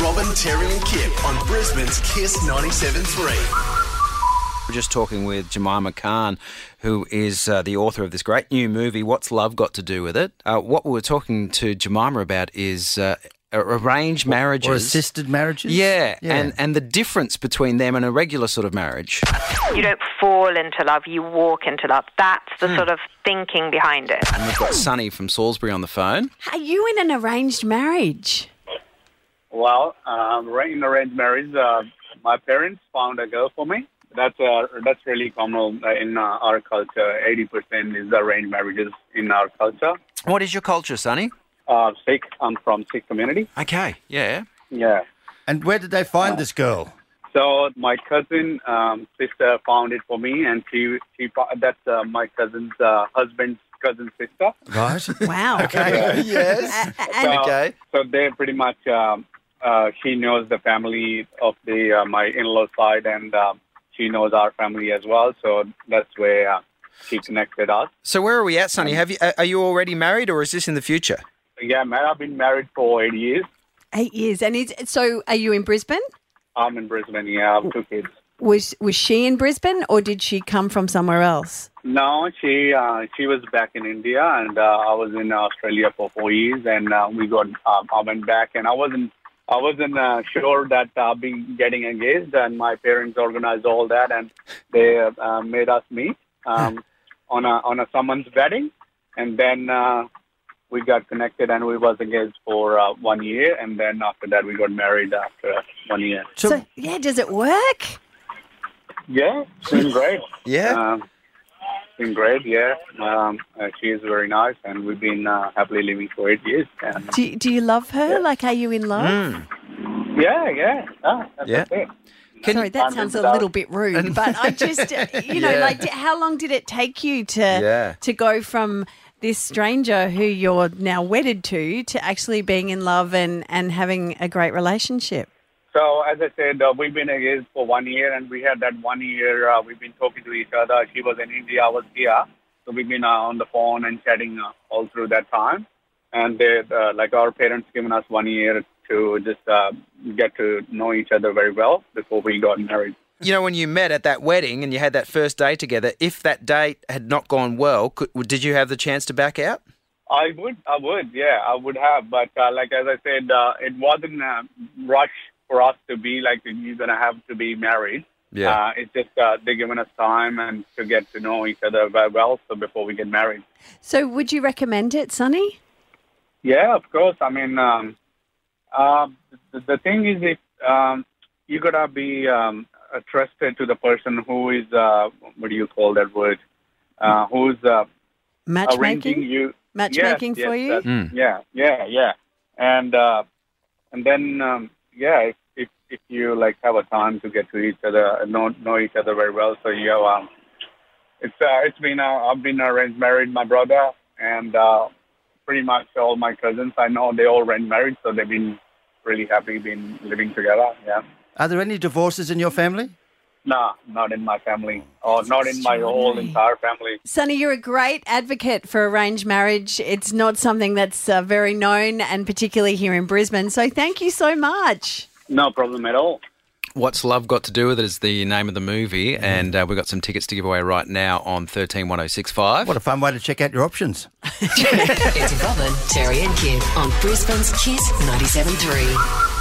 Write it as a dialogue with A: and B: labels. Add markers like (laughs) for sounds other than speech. A: Robin, Terry, and Kip on Brisbane's Kiss 97.3.
B: We're just talking with Jemima Khan, who is uh, the author of this great new movie, What's Love Got to Do with It? Uh, what we were talking to Jemima about is uh, arranged marriages.
C: Or assisted marriages?
B: Yeah, And, and the difference between them and a regular sort of marriage.
D: You don't fall into love, you walk into love. That's the sort of thinking behind it.
B: And we've got Sunny from Salisbury on the phone.
E: Are you in an arranged marriage?
F: Well, um, right in arranged marriage, uh, my parents found a girl for me. That's uh, that's really common uh, in uh, our culture. Eighty percent is arranged marriages in our culture.
B: What is your culture, Sunny?
F: Uh, Sikh, I'm from Sikh community.
B: Okay, (laughs) yeah.
F: Yeah.
C: And where did they find this girl?
F: So my cousin um, sister found it for me, and she she fo- that's uh, my cousin's uh, husband's cousin sister.
C: (laughs) Right?
E: Wow.
C: okay. yes.
E: A- and
F: So-
B: Okay.
F: So they pretty much um, uh, she knows the family of the uh, my in-law side, and um, she knows our family as well. So that's where uh, she connected us.
B: So where are we at, Sunny? Have you are are you already married, or is this in the future?
F: Yeah, man, I've been married for eight years.
E: eight years. And is, so are you in Brisbane?
F: I'm in Brisbane. Yeah, I have two kids.
E: Was was she in Brisbane or did she come from somewhere else?
F: No, she uh, she was back in India, and uh, I was in Australia for four years, and uh, we got um, I went back, and I wasn't I wasn't uh, sure that I'd be getting engaged, and my parents organized all that, and they uh, made us meet um, on a on a someone's wedding, and then uh, we got connected, and we was engaged for uh, one year, and then after that we got married after one year.
E: So, yeah, does it work?
F: Yeah, it's been great.
B: Yeah?
F: Um, it's been great, yeah. Um, uh, she is very nice, and we've been uh, happily living for eight years. And
E: Do, you- do you love her? Like, are you in love?
F: yeah, yeah. Ah, that's
B: Yeah.
F: okay.
B: Can
E: Sorry, that
F: I'm
E: sounds
F: in
E: a
F: love.
E: little bit rude, but I just, you know,
B: Yeah.
E: like, d- how long did it take you to
B: Yeah.
E: to go from this stranger who you're now wedded to to actually being in love and and having a great relationship?
F: So, as I said, uh, we've been engaged for one year, and we had that one year uh, we've been talking to each other. She was in India, I was here. So, we've been uh, on the phone and chatting uh, all through that time. And they, uh, like our parents, given us one year to just uh, get to know each other very well before we got married.
B: you know when you met at that wedding and you had that first day together? If that date had not gone well, could, did you have the chance to back out?
F: I would, I would, yeah, I would have. But uh, like as I said, uh, it wasn't a rush for us to be like you're gonna have to be married.
B: Yeah.
F: uh, it's just uh, they're giving us time and to get to know each other very well. So before we get married,
E: So, would you recommend it, Sonny?
F: yeah, of course. I mean, um, uh, the, the thing is, if um, you gotta be um, uh, trusted to the person who is, uh, what do you call that word? Uh, who's uh, arranging
E: Matchmaking.
F: you
E: Matchmaking for you?
F: that's- Yeah, yeah, yeah. And uh, and then um, yeah, if, if if you like have a time to get to each other, uh, know know each other very well, so you have, um, it's uh, it's been uh, I've been arranged married my brother and uh, pretty much all my cousins I know they all arranged married, so they've been really happy been living together. Yeah.
C: Are there any divorces in your family?
F: Nah, not in my family, or not in my whole entire family.
E: Sonny, you're a great advocate for arranged marriage. It's not something that's uh, very known, and particularly here in Brisbane. So, thank you so much.
F: No problem at all.
B: What's Love Got to Do with It is the name of the movie, and uh, we've got some tickets to give away right now on 131065.
C: What a fun way to check out your options.
G: It's Robin, Terry, and Kip on Brisbane's Kiss 97.3.